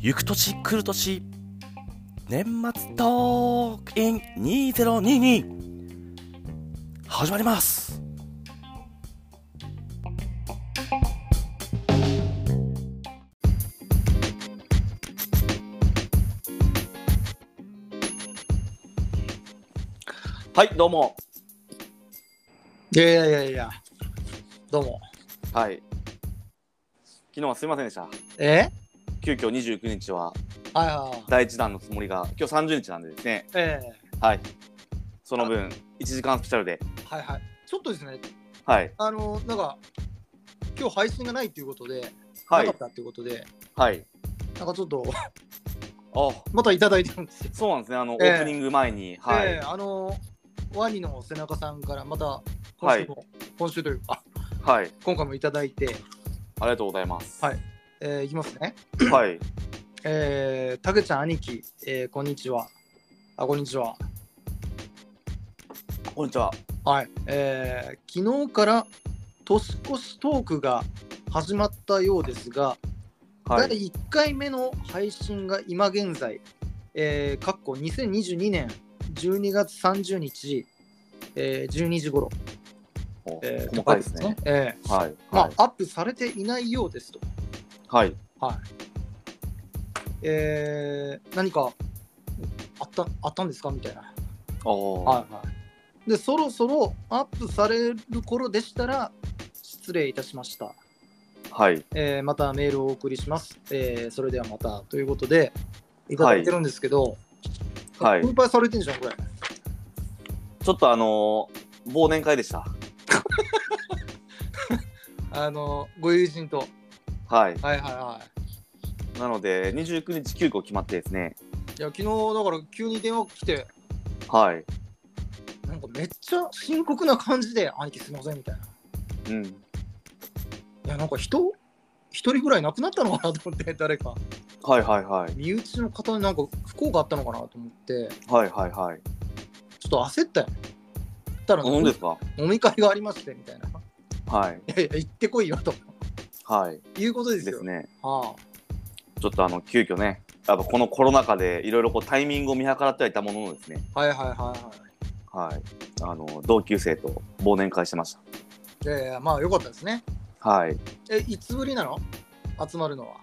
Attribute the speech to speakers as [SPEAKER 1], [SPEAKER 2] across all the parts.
[SPEAKER 1] 行く年来る年年末トークイン2022始まりますはいどうも
[SPEAKER 2] いやいやいやいや、どうも。
[SPEAKER 1] はい昨日はすいませんでした
[SPEAKER 2] え
[SPEAKER 1] 急遽29日は
[SPEAKER 2] はいはいはい。
[SPEAKER 1] 第1弾のつもりが今日30日なんでですね
[SPEAKER 2] え
[SPEAKER 1] はいその分1時間スペシャルで
[SPEAKER 2] えはいはい。ちょっとですね、
[SPEAKER 1] はい
[SPEAKER 2] あの、なんか、今日配信がないということで、
[SPEAKER 1] はい
[SPEAKER 2] なかったということで、
[SPEAKER 1] はい
[SPEAKER 2] なんかちょっと、
[SPEAKER 1] あ
[SPEAKER 2] またいただいてるんですよ。
[SPEAKER 1] そうなんですねあの、
[SPEAKER 2] ええ
[SPEAKER 1] オープニング前にはい、
[SPEAKER 2] ええあの、ワニの背中さんから、また今週も、今週というか、
[SPEAKER 1] はい
[SPEAKER 2] 今回もいただいて、
[SPEAKER 1] ありがとうございます
[SPEAKER 2] はいええいきますね。
[SPEAKER 1] はい
[SPEAKER 2] えー、たけちゃん兄貴、えー、こんにちは。あ、こんにちは。
[SPEAKER 1] こんにちは
[SPEAKER 2] はい、えー昨日から年越しトークが始まったようですが、
[SPEAKER 1] は
[SPEAKER 2] 第
[SPEAKER 1] い
[SPEAKER 2] 1回目の配信が今現在、えー、かっこ2022年12月30日、えー12時頃、
[SPEAKER 1] お
[SPEAKER 2] えー
[SPEAKER 1] 細かいですね。
[SPEAKER 2] とえー
[SPEAKER 1] はい
[SPEAKER 2] ま
[SPEAKER 1] はい、
[SPEAKER 2] あ、アップされていないようですと。
[SPEAKER 1] はい、
[SPEAKER 2] えー何かあったあったんですかみたいな。
[SPEAKER 1] あー
[SPEAKER 2] はいはい、でそろそろアップされる頃でしたら失礼いたしました。
[SPEAKER 1] はい
[SPEAKER 2] えーまたメールをお送りします、えーそれではまたということでいただいてるんですけど、
[SPEAKER 1] はい
[SPEAKER 2] 分配されてんじゃんこれ
[SPEAKER 1] ちょっとあのー忘年会でした
[SPEAKER 2] あのご友人と
[SPEAKER 1] はい
[SPEAKER 2] はいはいはい
[SPEAKER 1] なので29日急遽決まってですね
[SPEAKER 2] いや昨日だから急に電話来て
[SPEAKER 1] はい
[SPEAKER 2] なんかめっちゃ深刻な感じで「兄貴すいません」みたいな
[SPEAKER 1] うん
[SPEAKER 2] いやなんか人一人ぐらい亡くなったのかなと思って 誰か
[SPEAKER 1] はいはいはい
[SPEAKER 2] 身内の方になんか不幸があったのかなと思って
[SPEAKER 1] はいはいはい
[SPEAKER 2] ちょっと焦ったよたら
[SPEAKER 1] 飲んですか
[SPEAKER 2] 飲み会がありましてみたいな「い
[SPEAKER 1] はい
[SPEAKER 2] やいや行ってこいよ」と
[SPEAKER 1] はい
[SPEAKER 2] いうことです
[SPEAKER 1] で
[SPEAKER 2] よ
[SPEAKER 1] すね
[SPEAKER 2] はあ
[SPEAKER 1] ちょっとあの急遽ねやっぱこのコロナ禍でいろいろこうタイミングを見計らってはいたもののですね
[SPEAKER 2] はいはいはいはい
[SPEAKER 1] はいあの同級生と忘年会してまし
[SPEAKER 2] いやいやまあよかったですね。
[SPEAKER 1] たはい
[SPEAKER 2] え、いつぶりなの集まるのは。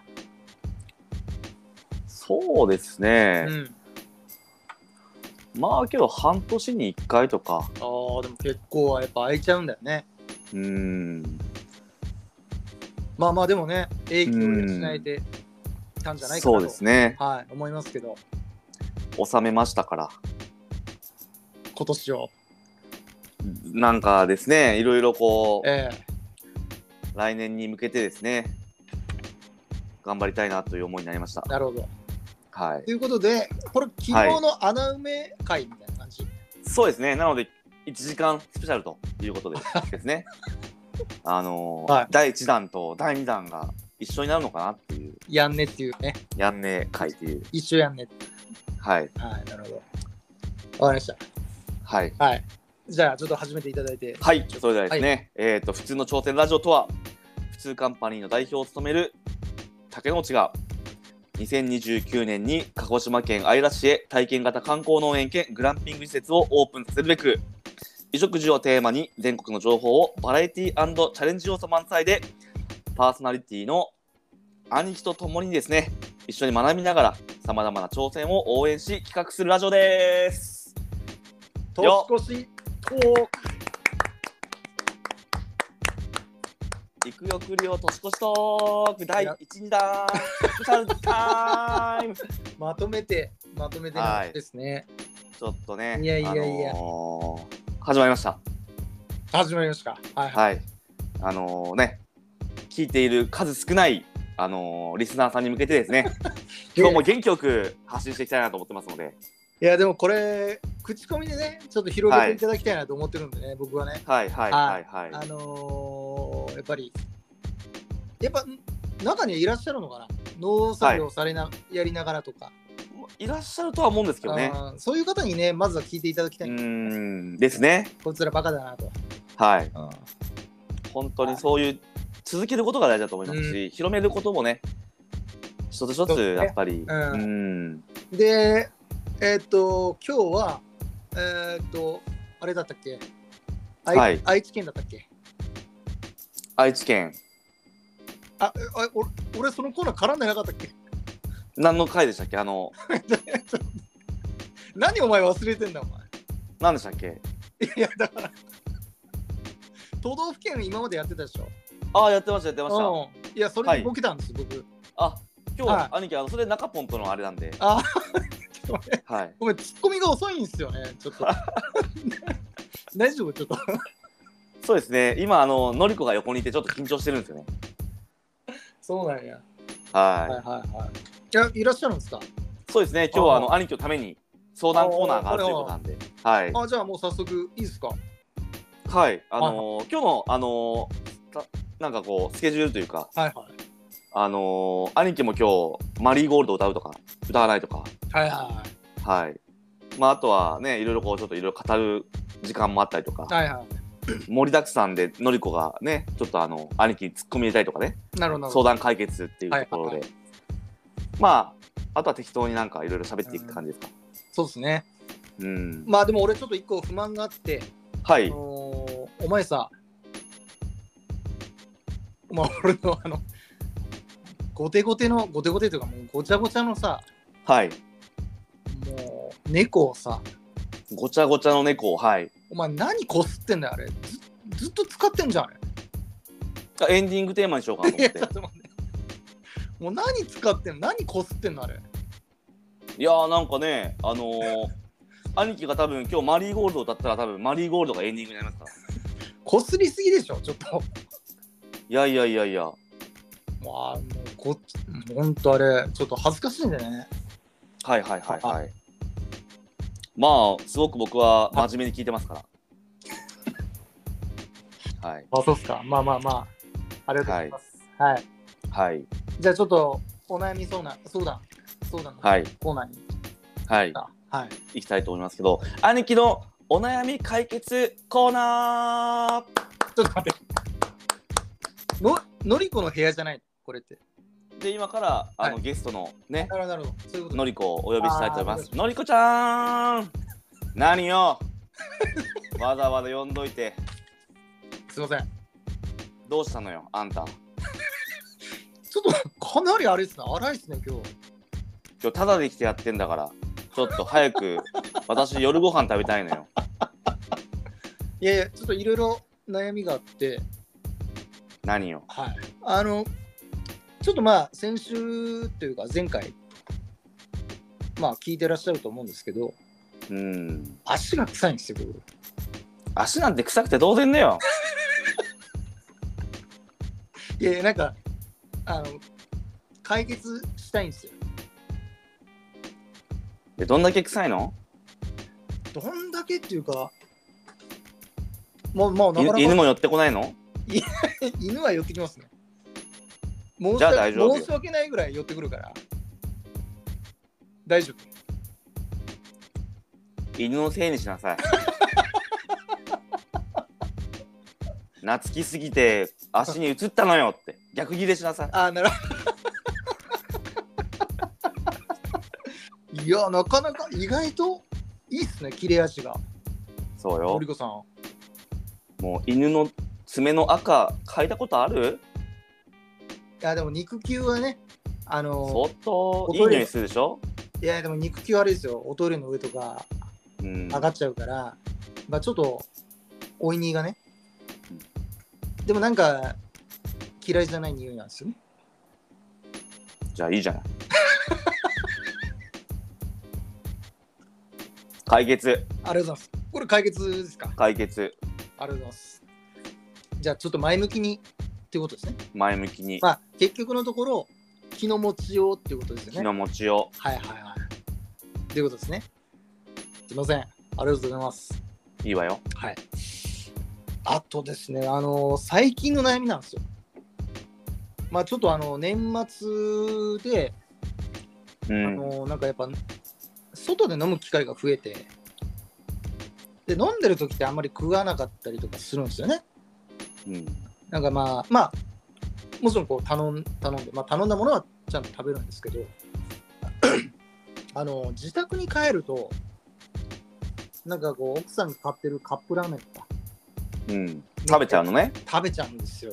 [SPEAKER 1] そうです
[SPEAKER 2] う
[SPEAKER 1] ね、
[SPEAKER 2] ん。
[SPEAKER 1] まあけど半年に1回とか
[SPEAKER 2] ああ、でも結構はやっぱ空いちゃうんだよね。
[SPEAKER 1] うーん
[SPEAKER 2] まあまあでもね、影響をしないでたんじゃないかな
[SPEAKER 1] そ
[SPEAKER 2] と、
[SPEAKER 1] うですね
[SPEAKER 2] はい、思いますけど、
[SPEAKER 1] 収めましたから
[SPEAKER 2] 今年を。
[SPEAKER 1] なんかですねいろいろこう
[SPEAKER 2] ええ
[SPEAKER 1] 来年に向けてですね頑張りたいなという思いになりました
[SPEAKER 2] なるほど。
[SPEAKER 1] はい
[SPEAKER 2] ということで、これ昨日の穴埋め会みたいな感じ。
[SPEAKER 1] そうですねなので1時間スペシャルということでですね あのー
[SPEAKER 2] はい
[SPEAKER 1] 第1弾と第2弾が一緒になるのかなっていう
[SPEAKER 2] やんねっていうね。
[SPEAKER 1] やんねえ会っていう
[SPEAKER 2] 一緒やんねって。
[SPEAKER 1] はい
[SPEAKER 2] はい、なるほど。わかりまし
[SPEAKER 1] はい
[SPEAKER 2] た。はい。じゃあちょっと始めていただいて。
[SPEAKER 1] はいそれではですね、えっ、と普通の挑戦ラジオとは普通カンパニーの代表を務める竹之内が2029年に鹿児島県姶良市へ体験型観光農園兼グランピング施設をオープンさせるべく衣食住をテーマに全国の情報をバラエティチャレンジ要素満載でパーソナリティの兄貴と共にですね一緒に学びながらさまざまな挑戦を応援し企画するラジオです。よ
[SPEAKER 2] 年越しトーク。
[SPEAKER 1] 陸よくりょう年越しトーク第1、2弾 スペシャルタイムち
[SPEAKER 2] まとめて、まとめてなんですね。
[SPEAKER 1] ょっとね、
[SPEAKER 2] いやいやいや
[SPEAKER 1] あのー始まりました。
[SPEAKER 2] 始まりましたか。はいはい。
[SPEAKER 1] はい。あのーね、聞いている数少ない、あのーリスナーさんに向けてです ね、今日も元気よく発信していきたいなと思ってますので、
[SPEAKER 2] いやでもこれ口コミでねちょっと広げていただきたいなと思ってるんでね、僕はね
[SPEAKER 1] はいはいはいはい。
[SPEAKER 2] あのーやっぱりやっぱ中にはいらっしゃるのかな農作業されな、やりながらとか、
[SPEAKER 1] いらっしゃるとは思うんですけどね。
[SPEAKER 2] あーそういう方にねまずは聞いていただきた
[SPEAKER 1] う
[SPEAKER 2] い、
[SPEAKER 1] ーんですね。
[SPEAKER 2] こいつらバカだなと
[SPEAKER 1] はい。本当にそういう続けることが大事だと思いますし、広めることもね一つ一
[SPEAKER 2] そう
[SPEAKER 1] つ
[SPEAKER 2] ですね
[SPEAKER 1] やっぱり、
[SPEAKER 2] うん
[SPEAKER 1] うん
[SPEAKER 2] で、えーっと、今日は、えーっと、あれだったっけ、あい
[SPEAKER 1] はい
[SPEAKER 2] 愛知県だったっけ
[SPEAKER 1] 愛知県
[SPEAKER 2] あ、えあ俺俺そのコーナー絡んでなかったっけ
[SPEAKER 1] 何の回でしたっけあの
[SPEAKER 2] 何お前忘れてんだお前。
[SPEAKER 1] 何でしたっけ
[SPEAKER 2] いやだから都道府県今までやってたでしょ。
[SPEAKER 1] ああやってましたやってました、
[SPEAKER 2] うん、いやそれにボケたんです、僕。
[SPEAKER 1] あ今日、
[SPEAKER 2] はい
[SPEAKER 1] 兄貴あのそれ中ポンとのあれなんで
[SPEAKER 2] あ
[SPEAKER 1] はい
[SPEAKER 2] ごめんツッコミが遅いんですよねちょっ と。大丈夫ちょっと。
[SPEAKER 1] そうですね今あののりこが横にいてちょっと緊張してるんですよね
[SPEAKER 2] そうなんや。
[SPEAKER 1] はい、
[SPEAKER 2] はいはいはい。いやいらっしゃるんですか
[SPEAKER 1] そうですね今日はあ
[SPEAKER 2] あ
[SPEAKER 1] の兄貴のために相談コーナーがあるということなんではい
[SPEAKER 2] あじゃあもう早速いいですか
[SPEAKER 1] はいあのー今日のあのーたなんかこうスケジュールというか
[SPEAKER 2] はいはい。
[SPEAKER 1] あのー兄貴も今日マリーゴールド歌うとか歌わないとか
[SPEAKER 2] はいは
[SPEAKER 1] はいまああとはねいろいろこうちょっといろいろ語る時間もあったりとか
[SPEAKER 2] い。はいは
[SPEAKER 1] 盛りだくさんでのりこがねちょっとあの兄貴に突っ込み入れたりとかね
[SPEAKER 2] い。なるほどなるほ
[SPEAKER 1] 相
[SPEAKER 2] ど。
[SPEAKER 1] 談解決っていうところ
[SPEAKER 2] はい
[SPEAKER 1] でまああとは適当になんかいろいろ喋っていくって感じですか
[SPEAKER 2] そうですね。
[SPEAKER 1] うん
[SPEAKER 2] まあでも俺ちょっと一個不満があって、
[SPEAKER 1] は
[SPEAKER 2] あ
[SPEAKER 1] い
[SPEAKER 2] のーお前さ、まあ俺のあの、ゴテゴテの、ゴテゴテというかもうごちゃごちゃのさ、
[SPEAKER 1] はい
[SPEAKER 2] もう猫をさ、
[SPEAKER 1] ごちゃごちゃの猫をはい
[SPEAKER 2] お前何こすってんだよあれ。ずずっと使ってんじゃんあれ。
[SPEAKER 1] あエンディングテーマにしようかなと思
[SPEAKER 2] いや
[SPEAKER 1] っ
[SPEAKER 2] ちょっと待ってもう何使ってんの何こすってんのあれ。
[SPEAKER 1] ていやーなんかねあのー兄貴が多分今日マリーゴールドを歌ったら多分マリーゴールドがエンディングになりますから
[SPEAKER 2] こすりすぎでしょ、ちょっと。
[SPEAKER 1] いやいやいやいや
[SPEAKER 2] まあ、もうこほんとあれ、ちょっと恥ずかしいんだよね。
[SPEAKER 1] はいはいはいはいまあすごく僕は真面目に聞いてますからはい
[SPEAKER 2] あ、そうっすか。まあまあまあ。ありがとうございます。はい。
[SPEAKER 1] はい
[SPEAKER 2] じゃあちょっとお悩み相談、相談、相談の
[SPEAKER 1] はい
[SPEAKER 2] コーナーに行
[SPEAKER 1] はい
[SPEAKER 2] った。はい。
[SPEAKER 1] いきたいと思いますけど兄貴のお悩み解決コーナ
[SPEAKER 2] ちょっと待って。の、のりこの部屋じゃないこれって。
[SPEAKER 1] ーで今からあの、
[SPEAKER 2] はい
[SPEAKER 1] ゲストのね
[SPEAKER 2] なるほど、なるほど。そういうこと
[SPEAKER 1] の
[SPEAKER 2] り
[SPEAKER 1] りこをお呼びしたいと思いま
[SPEAKER 2] あ
[SPEAKER 1] すのりこちゃん何よわざわざ呼んどいて
[SPEAKER 2] すいません。
[SPEAKER 1] どうしたのよあんた
[SPEAKER 2] ちょっとかなりあれですね。荒いですね、今日。
[SPEAKER 1] 今日タダで来てやってんだからちょっと早く私夜ご飯食べたいのよ
[SPEAKER 2] いやいや、ちょっといろいろ悩みがあって、
[SPEAKER 1] 何よ
[SPEAKER 2] はい。あの、ちょっとまあ、先週というか、前回、まあ、聞いてらっしゃると思うんですけど、
[SPEAKER 1] うん
[SPEAKER 2] 足が臭いんですよ、僕。
[SPEAKER 1] 足なんて臭くて当然だよ
[SPEAKER 2] いやいや、なんか、あの、解決したいんですよ。
[SPEAKER 1] でどんだけ臭いの
[SPEAKER 2] どんだけっていうか、まあ、まあ、なかなか
[SPEAKER 1] い犬も寄ってこないの
[SPEAKER 2] 犬は寄ってきますね。申し
[SPEAKER 1] じゃあ
[SPEAKER 2] 訳
[SPEAKER 1] 大丈夫
[SPEAKER 2] 申し訳ないぐらい寄ってくるから。大丈夫。
[SPEAKER 1] 犬のせいにしなさい懐きすぎて足に移ったのよって逆ギレしなさい
[SPEAKER 2] ああ、なるほ ど。いや、なかなか意外といいっすね、切れ味が。
[SPEAKER 1] そうよ
[SPEAKER 2] 森子さん。
[SPEAKER 1] もう犬の爪の赤嗅いだことある
[SPEAKER 2] いや、でも肉球はね、あの
[SPEAKER 1] 相当
[SPEAKER 2] お
[SPEAKER 1] いい
[SPEAKER 2] トイレ
[SPEAKER 1] 匂いするでしょ
[SPEAKER 2] いや、でも肉球あれですよ、おトイレの上とか
[SPEAKER 1] うん
[SPEAKER 2] 上がっちゃうから、まあちょっと、おいにがね
[SPEAKER 1] うん。
[SPEAKER 2] でもなんか、嫌いじゃない匂いなんですよね。
[SPEAKER 1] じゃあいいじゃない解決
[SPEAKER 2] ありがとうございます。これ解決ですか
[SPEAKER 1] 解決
[SPEAKER 2] ありがとうございます。じゃあちょっと前向きにっていうことですね。
[SPEAKER 1] 前向きに
[SPEAKER 2] まあ結局のところ気の持ちようっていうことです
[SPEAKER 1] 気
[SPEAKER 2] よね。
[SPEAKER 1] の持ちを
[SPEAKER 2] はいはいはい。ということですね。すいません。ありがとうございます。
[SPEAKER 1] いいわよ
[SPEAKER 2] はい。あとですね、あの最近の悩みなんですよ。まあちょっとあの年末で、
[SPEAKER 1] う
[SPEAKER 2] あ
[SPEAKER 1] ん
[SPEAKER 2] のなんかやっぱ外で飲む機会が増えて、で飲んでる時ってあんまり食わなかったりとかするんですよね。
[SPEAKER 1] うん
[SPEAKER 2] なんかまあ、まあ、もちろんこう頼ん頼んで、まあ、頼んだものはちゃんと食べるんですけどあの自宅に帰るとなんかこう奥さんが買ってるカップラーメンとか
[SPEAKER 1] うん、食べちゃうのね
[SPEAKER 2] 食べちゃうんですよ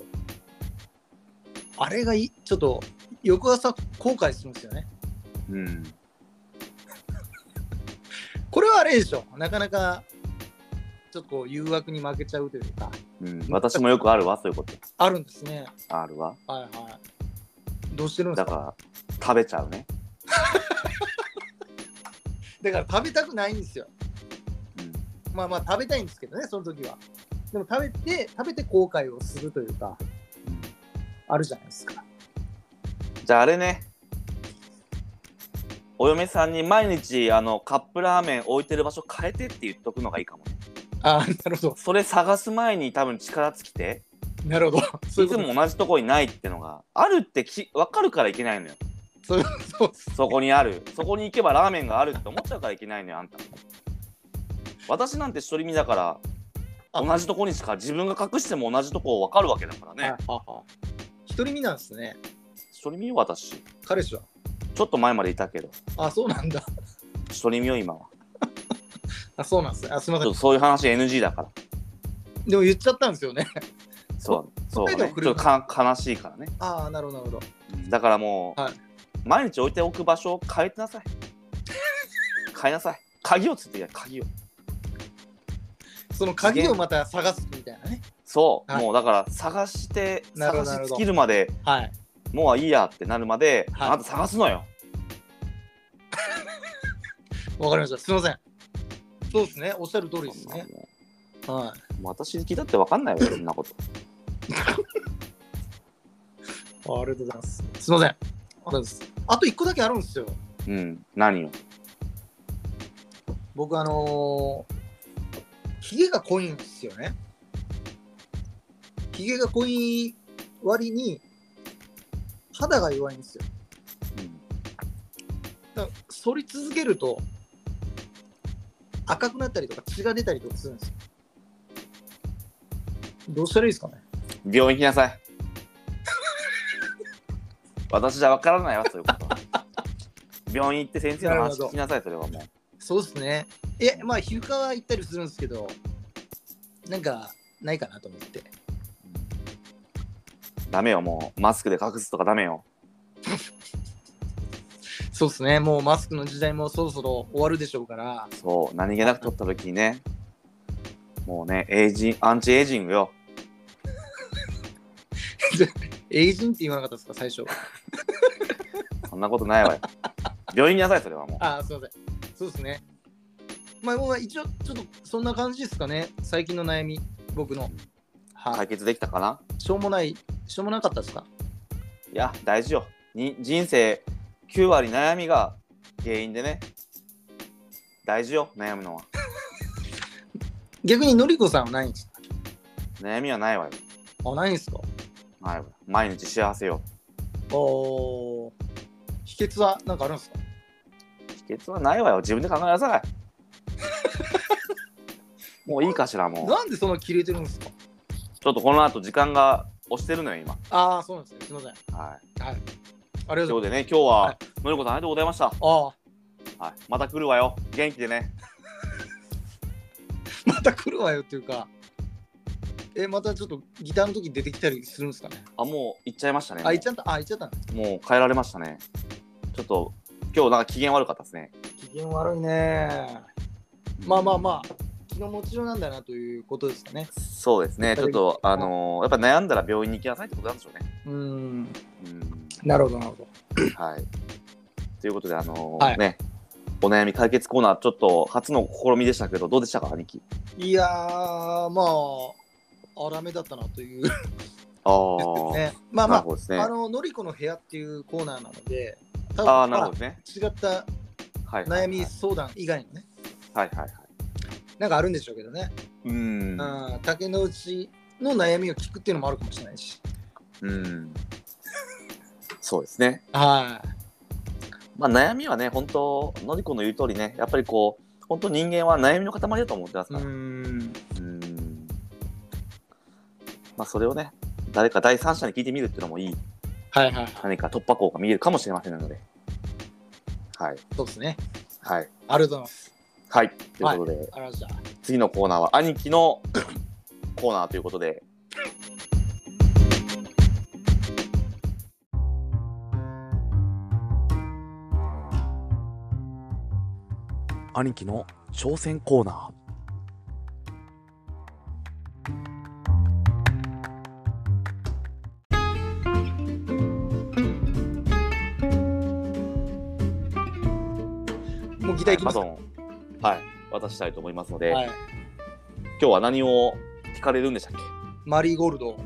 [SPEAKER 2] あれがいちょっと翌朝後悔するんですよね
[SPEAKER 1] うん
[SPEAKER 2] これはあれでしょなかなかちょっとこう誘惑に負けちゃうというか
[SPEAKER 1] うん、私もよくあるわそういうこと
[SPEAKER 2] あるんですね
[SPEAKER 1] あるわ
[SPEAKER 2] はいはいどうしてるんで
[SPEAKER 1] だ
[SPEAKER 2] すか
[SPEAKER 1] から食べちゃうね、
[SPEAKER 2] だから食べたくないんですよ
[SPEAKER 1] うん、
[SPEAKER 2] まあまあ食べたいんですけどね、その時は。でも食べて、食べて後悔をするというか、あるじゃないですか。
[SPEAKER 1] じゃああれねお嫁さんに毎日あのカップラーメン置いてる場所変えてって言っとくのがいいかもね
[SPEAKER 2] ああ、なるほど。
[SPEAKER 1] それ探す前に多分力尽きて
[SPEAKER 2] なるほど。そう
[SPEAKER 1] い
[SPEAKER 2] いう
[SPEAKER 1] つ
[SPEAKER 2] こと
[SPEAKER 1] も同じとこにないってのがあるってき分かるからいけないのよ
[SPEAKER 2] そういうことです
[SPEAKER 1] そこにあるそこに行けばラーメンがあるって思っちゃうからいけないのよあんた私なんて独り身だから
[SPEAKER 2] あ
[SPEAKER 1] 同じとこにしか自分が隠しても同じとこ分かるわけだからね
[SPEAKER 2] あああ独り身なんですね。
[SPEAKER 1] 独り身よ私
[SPEAKER 2] 彼氏は。
[SPEAKER 1] ちょっと前までいたけど
[SPEAKER 2] あ、そうなんだ。
[SPEAKER 1] 独り身よ今は
[SPEAKER 2] あ、そうなんですね。あ、すみま
[SPEAKER 1] ち
[SPEAKER 2] せ
[SPEAKER 1] ょっとそういう話 NG だから
[SPEAKER 2] ん。でも言っちゃったんですよね。
[SPEAKER 1] そうそう、
[SPEAKER 2] 北
[SPEAKER 1] ね、
[SPEAKER 2] 海
[SPEAKER 1] ち
[SPEAKER 2] 道
[SPEAKER 1] ょっと
[SPEAKER 2] 来る
[SPEAKER 1] か悲しいからね
[SPEAKER 2] ああ、なるほど、なるほど。
[SPEAKER 1] だからもう、
[SPEAKER 2] はい
[SPEAKER 1] 毎日置いておく場所を変えてな さい変えなさい鍵をつけてや鍵を
[SPEAKER 2] その鍵をまた探すみたいなね。
[SPEAKER 1] そう、
[SPEAKER 2] はい
[SPEAKER 1] もうだから探して
[SPEAKER 2] なるほ
[SPEAKER 1] 探
[SPEAKER 2] どなるほ
[SPEAKER 1] し
[SPEAKER 2] ど
[SPEAKER 1] 尽きるまで
[SPEAKER 2] はい。
[SPEAKER 1] もういいやってなるまで、
[SPEAKER 2] はい
[SPEAKER 1] あなた探すのよ
[SPEAKER 2] わかりました。すみません。そうですね。おっしゃる通りですね。
[SPEAKER 1] も
[SPEAKER 2] は
[SPEAKER 1] う私に聞いたって分かんないわよそんなこと
[SPEAKER 2] い。あありがとうございます。すみません。あとですあと一個だけあるんですよ。
[SPEAKER 1] うん何よ
[SPEAKER 2] 僕あのー、ひげが濃いんですよねひげが濃い割に肌が弱いんですよ
[SPEAKER 1] うん
[SPEAKER 2] だから剃り続けると赤くなったりとか血が出たりとかするんですよどうしたらいいですかね
[SPEAKER 1] 病院行きなさい私じゃ分からないわそういうことは病院行って先生の
[SPEAKER 2] なるほ
[SPEAKER 1] 話
[SPEAKER 2] ど
[SPEAKER 1] 聞きなさいそれはもう
[SPEAKER 2] そうですねえまあ皮膚科は行ったりするんですけどなんかないかなと思って
[SPEAKER 1] ダメよもうマスクで隠すとかダメよ
[SPEAKER 2] そうですねもうマスクの時代もそろそろ終わるでしょうから
[SPEAKER 1] そう何気なく撮った時にねもうねエイジンアンチエイジングよ
[SPEAKER 2] エイジンって言わなかったですか最初
[SPEAKER 1] そんなことないわよ病院になさいそれはもう
[SPEAKER 2] ああ、すみません。そうですね。まあ、まあ、一応、ちょっとそんな感じですかね。最近の悩み、僕の。はい、
[SPEAKER 1] 解決できたかな
[SPEAKER 2] しょうもない、しょうもなかったですか
[SPEAKER 1] いや大事よに人生9割悩みが原因でね大事よ悩むのは
[SPEAKER 2] 逆にのりこさんはないんですか
[SPEAKER 1] 悩みはないわよ
[SPEAKER 2] あ、ないんですか
[SPEAKER 1] ないわよ毎日幸せよ
[SPEAKER 2] おー秘訣はなんかあるんですか
[SPEAKER 1] 秘訣はないわよ自分で考えなさ いもういいかしらもう
[SPEAKER 2] なんでそんな切れてるんですか
[SPEAKER 1] ちょっとこの後時間が押してるのよ今
[SPEAKER 2] ああ、そうなんですね。すみません。
[SPEAKER 1] はい
[SPEAKER 2] はい。ありが
[SPEAKER 1] という
[SPEAKER 2] と
[SPEAKER 1] こ
[SPEAKER 2] うござ
[SPEAKER 1] とで
[SPEAKER 2] い
[SPEAKER 1] ね、今日は、
[SPEAKER 2] はい
[SPEAKER 1] のりこさんありがとうございました。
[SPEAKER 2] ます。あ
[SPEAKER 1] はい、また来るわよ。元気でね。
[SPEAKER 2] あ、また来るわよっていうか。え、またちょっとギターの時出てきたりするんですかね
[SPEAKER 1] あ、もう行っちゃいましたね。
[SPEAKER 2] あ、行っちゃった、あ、行っちゃったんです。
[SPEAKER 1] もう帰られましたね。ちょっと、今日なんか機嫌悪かったですね。
[SPEAKER 2] 機嫌悪いねまあまあまあ、気の持ちようなんだなということですかね。
[SPEAKER 1] あ。そうですね。ちょっと、あのーやっぱ悩んだら病院に行きなさいってことなんでしょうね。
[SPEAKER 2] うーん、
[SPEAKER 1] う
[SPEAKER 2] なるほど、なるほど。
[SPEAKER 1] ん。はい。ということで、あのー
[SPEAKER 2] はい
[SPEAKER 1] ね、お悩み解決コーナー、ちょっと初の試みでしたけど、どうでしたか、兄貴。
[SPEAKER 2] いやー、まあ、荒めだったなという、
[SPEAKER 1] ああ、
[SPEAKER 2] ね。ま
[SPEAKER 1] な
[SPEAKER 2] あま
[SPEAKER 1] る
[SPEAKER 2] あ、
[SPEAKER 1] ほどですね。
[SPEAKER 2] あの、のりこの部屋っていうコーナーなので、多
[SPEAKER 1] ああ、
[SPEAKER 2] 分
[SPEAKER 1] なる
[SPEAKER 2] ま
[SPEAKER 1] ほ
[SPEAKER 2] あ
[SPEAKER 1] どね。
[SPEAKER 2] 違った
[SPEAKER 1] はい。
[SPEAKER 2] 悩み相談以外のね、
[SPEAKER 1] はいはいはい。
[SPEAKER 2] なんかあるんでしょうけどね。
[SPEAKER 1] うーん。
[SPEAKER 2] うん、竹の内の悩みを聞くっていうのもあるかもしれないし。
[SPEAKER 1] うん。そうですね。
[SPEAKER 2] は
[SPEAKER 1] まあ、悩みはね、本当、のりこの言う通りね、やっぱりこう、本当人間は悩みの塊だと思ってます
[SPEAKER 2] い。
[SPEAKER 1] から、
[SPEAKER 2] ん。
[SPEAKER 1] うんまあ、それをね、誰か第三者に聞いてみるっていうのもいい、
[SPEAKER 2] はいはい。
[SPEAKER 1] 何か突破口が見えるかもしれませんので。はい。
[SPEAKER 2] そうですね。
[SPEAKER 1] はい。
[SPEAKER 2] ありがとうございます。
[SPEAKER 1] はい。ということで、
[SPEAKER 2] ありがとうございました。
[SPEAKER 1] 次のコーナーは兄貴の コーナーということで。兄貴の挑戦コーナー。
[SPEAKER 2] もうギターいき
[SPEAKER 1] マ
[SPEAKER 2] ます
[SPEAKER 1] ゾ
[SPEAKER 2] か。
[SPEAKER 1] ン、はい、渡したいと思いますので、
[SPEAKER 2] はい。
[SPEAKER 1] 今日は何を聞かれるんでしたっけ
[SPEAKER 2] マリーゴールド。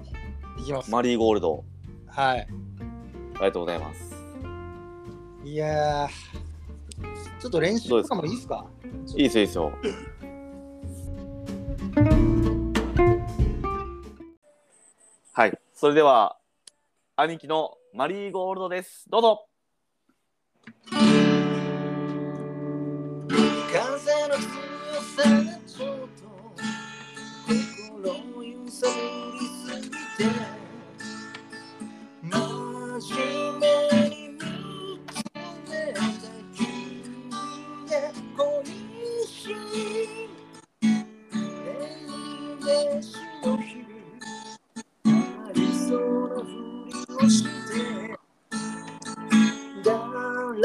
[SPEAKER 2] いきます。
[SPEAKER 1] マリーゴールド、
[SPEAKER 2] はい。
[SPEAKER 1] ありがとうございます。
[SPEAKER 2] いやー。ちょっと練習とかもいいですか
[SPEAKER 1] いいですよ、いいですよ。はい、それでは、兄貴のマリーゴールドです。どうぞ。
[SPEAKER 2] 風の強さがちょっと心揺さぶりすぎて
[SPEAKER 3] 真面目に見つめた君が恋しい縁出しの日々ありそうなふりをしてだら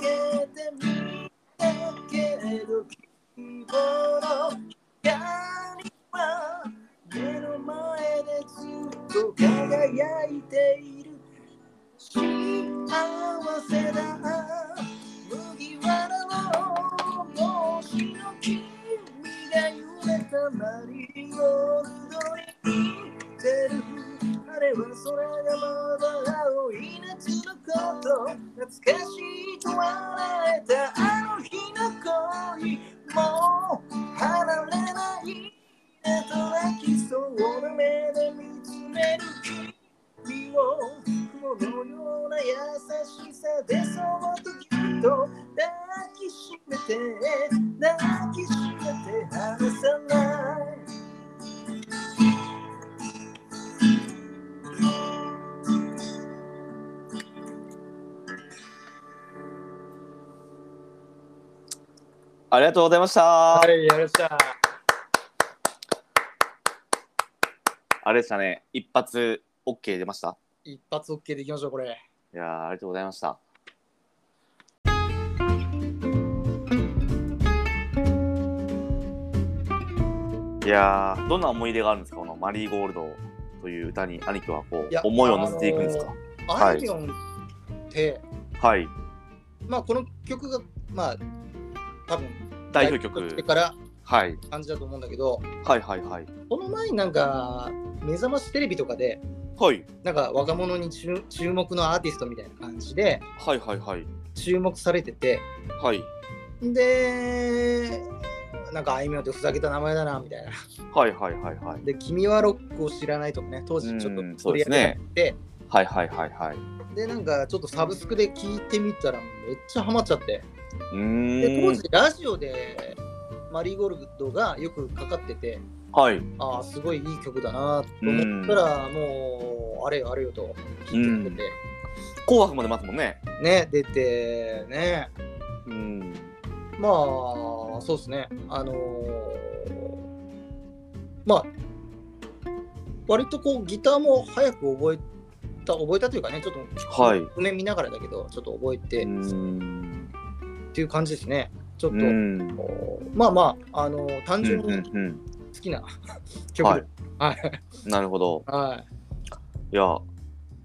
[SPEAKER 3] けてみたけど希望の光は目の前でずっと輝いている幸せだ麦わらの帽子の君が揺れたマリーゴールドに似てるあれは空がまだ青い夏のこと懐かしいと笑えたあの日の恋もう離れないねと泣きそうな目で見つめる君君を雲のような優しさでその時と抱きしめて抱きしめて離さない
[SPEAKER 1] ありがとうございました。
[SPEAKER 2] はいやりました
[SPEAKER 1] あれでしたね、一発 OK 出ました。
[SPEAKER 2] 一発 OK でいきましょうこれ
[SPEAKER 1] いやーありがとうございました。いやーどんな思い出があるんですかこの「マリーゴールド」という歌に兄貴はこ
[SPEAKER 2] いや
[SPEAKER 1] う思いを乗せていくんですか、
[SPEAKER 2] あいみょんって、
[SPEAKER 1] はい
[SPEAKER 2] まあこの曲がまあ多分
[SPEAKER 1] 代表曲
[SPEAKER 2] ってから
[SPEAKER 1] はい
[SPEAKER 2] 感じだと思うんだけど
[SPEAKER 1] はいはいはい
[SPEAKER 2] その前になんか目覚ましテレビとかで
[SPEAKER 1] はい
[SPEAKER 2] なんか若者に注注目のアーティストみたいな感じで
[SPEAKER 1] はいはいはい
[SPEAKER 2] 注目されてて
[SPEAKER 1] はい
[SPEAKER 2] でなんかあいみょんってふざけた名前だなみたいな
[SPEAKER 1] はいはいはいはい
[SPEAKER 2] で「君はロックを知らない」とかね当時ちょっと
[SPEAKER 1] うんそうで
[SPEAKER 2] 取り
[SPEAKER 1] す
[SPEAKER 2] 上げら
[SPEAKER 1] ね
[SPEAKER 2] れて
[SPEAKER 1] はいはいはいはい
[SPEAKER 2] でなんかちょっとサブスクで聞いてみたらめっちゃハマっちゃって
[SPEAKER 1] う
[SPEAKER 2] で当
[SPEAKER 1] ーん
[SPEAKER 2] 時ラジオでマリーゴールドがよくかかってて
[SPEAKER 1] はい
[SPEAKER 2] ああすごいいい曲だなと思ったらもうあれよあれよと聞いてて、
[SPEAKER 1] 「紅白」も出ますもんね
[SPEAKER 2] ね出てね
[SPEAKER 1] うん
[SPEAKER 2] まあそうですねあのーまあ割とこうギターも早く覚えた覚えたというかねちょっと
[SPEAKER 1] はい
[SPEAKER 2] 譜面見ながらだけどちょっと覚えて
[SPEAKER 1] う
[SPEAKER 2] っ
[SPEAKER 1] ん
[SPEAKER 2] ていう感じですねちょっ
[SPEAKER 1] う
[SPEAKER 2] と、
[SPEAKER 1] ん
[SPEAKER 2] こうまあまああのー単純
[SPEAKER 1] うんう
[SPEAKER 2] に
[SPEAKER 1] んうん
[SPEAKER 2] 好きな 曲で、はい
[SPEAKER 1] なるほど
[SPEAKER 2] はい
[SPEAKER 1] や、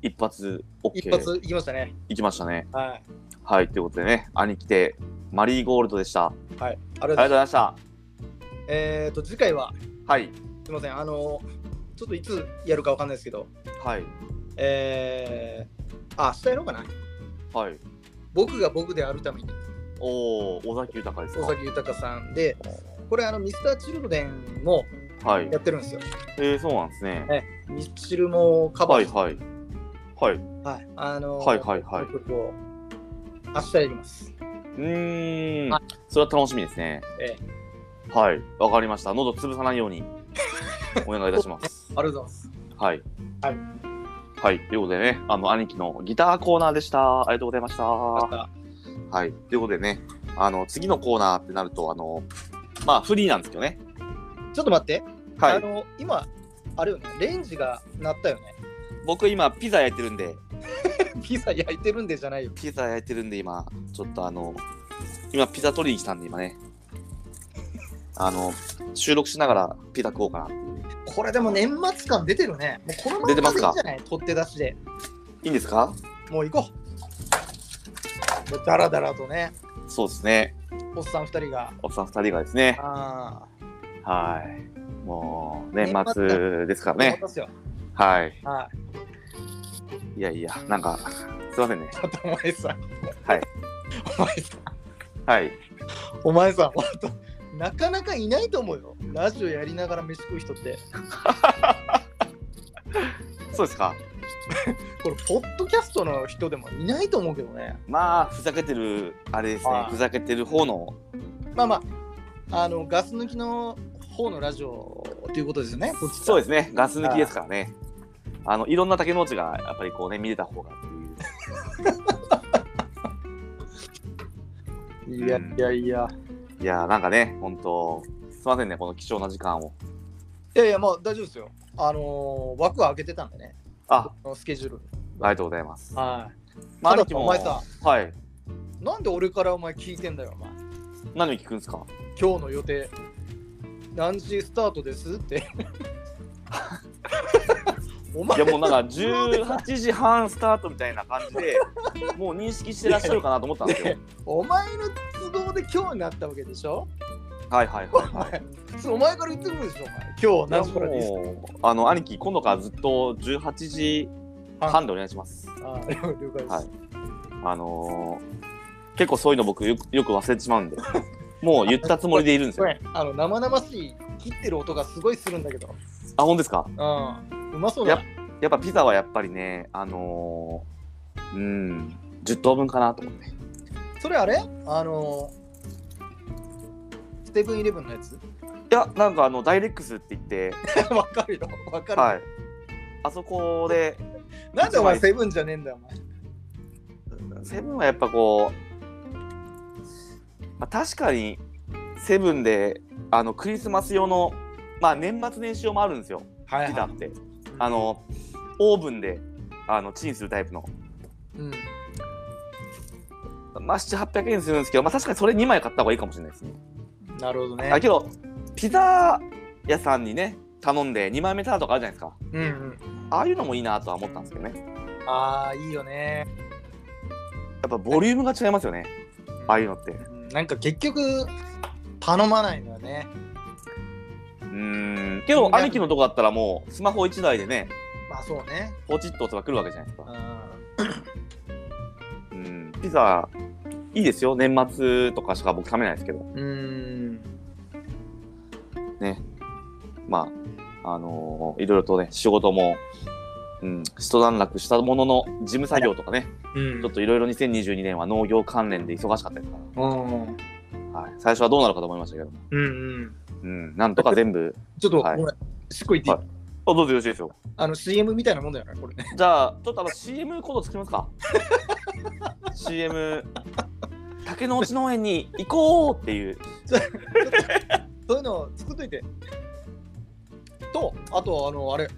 [SPEAKER 1] 一発 OK
[SPEAKER 2] い、一発いきましたね
[SPEAKER 1] いきましたね。
[SPEAKER 2] はい
[SPEAKER 1] はい、ということでね、兄貴でマリーゴールドでした。あ
[SPEAKER 2] はい、あり
[SPEAKER 1] りがと
[SPEAKER 2] がとう
[SPEAKER 1] う
[SPEAKER 2] ござい
[SPEAKER 1] ご
[SPEAKER 2] ま
[SPEAKER 1] ざいました。
[SPEAKER 2] す。えっ、と、次回は、
[SPEAKER 1] はい、
[SPEAKER 2] すみません、あのー、ちょっといつやるかわかんないですけど、
[SPEAKER 1] はい、
[SPEAKER 2] えー、あ、明日やろうかな。
[SPEAKER 1] はい。
[SPEAKER 2] 僕が僕であるために、
[SPEAKER 1] おお、尾崎豊です
[SPEAKER 2] 尾崎豊さんで、これ、あの、ミスターチルドレンも
[SPEAKER 1] か。はい。
[SPEAKER 2] やってるんですよ。
[SPEAKER 1] えー、そうなんですね。
[SPEAKER 2] ミスチルもカバ
[SPEAKER 1] は
[SPEAKER 2] ー
[SPEAKER 1] い、
[SPEAKER 2] し
[SPEAKER 1] はい。はい。
[SPEAKER 2] て、はい、あのー、
[SPEAKER 1] はいはいはい
[SPEAKER 2] この曲を明日やります。
[SPEAKER 1] うーん
[SPEAKER 2] はい、
[SPEAKER 1] それは楽しみですね。
[SPEAKER 2] ええ
[SPEAKER 1] はい、わかりました。喉潰さないようにお願いいたします。
[SPEAKER 2] ありがとうございます。
[SPEAKER 1] はい。
[SPEAKER 2] はい。
[SPEAKER 1] はい。ということでね、あの、兄貴のギターコーナーでした。ありがとうございました。は
[SPEAKER 2] あ
[SPEAKER 1] い。ということでね、あの、次のコーナーってなると、あの、まあ、フリーなんですけどね。
[SPEAKER 2] ちょっと待って、
[SPEAKER 1] は
[SPEAKER 2] あ
[SPEAKER 1] い。
[SPEAKER 2] の今、あれよね、レンジが鳴ったよね。
[SPEAKER 1] 僕今、ピザ焼いてるんで、
[SPEAKER 2] ピザ焼いてるんでじゃないよ。
[SPEAKER 1] ピザ焼いてるんで今、ちょっとあの、今、ピザ取りに来たんで今ね、あの、収録しながらピザ食おうかなっていう。
[SPEAKER 2] これでも年末感出てるね。もうこのまま
[SPEAKER 1] 出てます
[SPEAKER 2] でいい
[SPEAKER 1] か
[SPEAKER 2] んじゃない取って出しで。
[SPEAKER 1] いいんですか
[SPEAKER 2] もう行こう。もうダラダラとね、
[SPEAKER 1] そうですね。
[SPEAKER 2] おっさん二人が。
[SPEAKER 1] おっさん二人がですね、
[SPEAKER 2] あ
[SPEAKER 1] はい。もう、
[SPEAKER 2] 年
[SPEAKER 1] 年
[SPEAKER 2] 末
[SPEAKER 1] 末ですから
[SPEAKER 2] あ、
[SPEAKER 1] ね。
[SPEAKER 2] ますよ。
[SPEAKER 1] はい。
[SPEAKER 2] はい。
[SPEAKER 1] いやいや、なんか、すいませんね。
[SPEAKER 2] ちょっとお前さ。
[SPEAKER 1] はい。
[SPEAKER 2] お前さ、
[SPEAKER 1] はい。
[SPEAKER 2] お前さ、本当なかなかいないと思うよ。ラジオやりながら飯食う人って。
[SPEAKER 1] そうですか。
[SPEAKER 2] これ、ポッドキャストの人でもいないと思うけどね。
[SPEAKER 1] まあ、ふざけてる、あれですね
[SPEAKER 2] は。い
[SPEAKER 1] ふざけてる方の、
[SPEAKER 2] まあまあ、あの、ガス抜きの方のラジオということですよね。こっち
[SPEAKER 1] そう
[SPEAKER 2] で
[SPEAKER 1] ですね。ガス抜きですからね。あの、いろんな竹の内が、やっぱりこうね、見れた方がっていう。
[SPEAKER 2] す。いやいやいや。
[SPEAKER 1] いやー、なんかね、本当すいませんね、この貴重な時間を。
[SPEAKER 2] いやいや、まあ大丈夫ですよ。あのー、枠は開けてたんでね、
[SPEAKER 1] あ、
[SPEAKER 2] あのスケジュール。
[SPEAKER 1] ありがとうございます。
[SPEAKER 2] はい。
[SPEAKER 1] まあ、
[SPEAKER 2] ただ
[SPEAKER 1] 兄貴も
[SPEAKER 2] お前さ、
[SPEAKER 1] はい。
[SPEAKER 2] なんで俺からお前聞いてんだよ、お前。
[SPEAKER 1] 何を聞くんですか
[SPEAKER 2] 今日の予定、何時スタートで すって。お前
[SPEAKER 1] いや、もうなん か、18時半スタートみたいな感じで、もう認識してらっしゃるかなと思ったんですよ
[SPEAKER 2] ね。お前の都合で今日になったわけでしょ
[SPEAKER 1] はいはいはいはい。
[SPEAKER 2] 普通お前から言ってくるでしょ、お前。今日何時からです
[SPEAKER 1] もうあの兄貴今度からずっと18時半でお願いします。
[SPEAKER 2] あ了了解です、
[SPEAKER 1] はいあのー結構そういうの僕よくよく忘れてしま うんで、もう言ったつもりでいるんです
[SPEAKER 2] ご
[SPEAKER 1] よ。
[SPEAKER 2] めんあの生々しい切ってる音がすごいするんだけど、
[SPEAKER 1] あ本当ですか。
[SPEAKER 2] うん、うまそう
[SPEAKER 1] や
[SPEAKER 2] だ
[SPEAKER 1] っやっぱピザはやっぱりねあのーうん10等分かなと思って。
[SPEAKER 2] それあれあのー、ステブンイレブンのやつ
[SPEAKER 1] いやなんかあのダイレックスって言って、
[SPEAKER 2] わかるよ、わかる、
[SPEAKER 1] はい。あそこで
[SPEAKER 2] なんでお前セブンじゃねえんだよ、お前。
[SPEAKER 1] セブンはやっぱこう、まあ、確かにセブンであのクリスマス用のまあ年末年始用もあるんですよ。
[SPEAKER 2] は
[SPEAKER 1] ピザって、あ、のオーブンであのチンするタイプの、
[SPEAKER 2] うん、
[SPEAKER 1] まあ、700800円するんですけど、まあ、確かにそれ2枚買った方がいいかもしれないですね。
[SPEAKER 2] なるほどね。
[SPEAKER 1] あけどピザ屋さんにね頼んで2枚目ターンとかあるじゃないですか
[SPEAKER 2] うんうん。
[SPEAKER 1] ああいうのもいいなとは思ったんですけどねや
[SPEAKER 2] ああ、いいよね。
[SPEAKER 1] っぱボリュームが違いますよねああいうのってう
[SPEAKER 2] うんなんか結局、頼まないのよね。
[SPEAKER 1] ーんけど兄貴のとこだったらもうスマホ1台でね
[SPEAKER 2] まあそうね。
[SPEAKER 1] ポチッと音が来るわけじゃないです
[SPEAKER 2] う
[SPEAKER 1] かう
[SPEAKER 2] ん、
[SPEAKER 1] んピザいいですよ年末とかしか僕食べないですけど
[SPEAKER 2] うん、
[SPEAKER 1] まあ、あのーいろいろとね、仕事も、うん、一段落したものの、事務作業とかね、
[SPEAKER 2] うん
[SPEAKER 1] ちょっといろいろ2022年は農業関連で忙しかったですか
[SPEAKER 2] うん、
[SPEAKER 1] ら、はい、最初はどうなるかと思いましたけども、
[SPEAKER 2] うん、うん。
[SPEAKER 1] うん、なんとか全部、
[SPEAKER 2] ちょっと、
[SPEAKER 1] はい
[SPEAKER 2] ごめん、しっこいっていい、
[SPEAKER 1] はい あどうぞよろしいですよ。
[SPEAKER 2] あの CM みたいなもんだよね、これね。
[SPEAKER 1] じゃあ、ちょっとあの CM コード作ります か。CM、竹の内農園に行こうっていう、
[SPEAKER 2] そういうのを作っといて。と、あと、あの、あれ、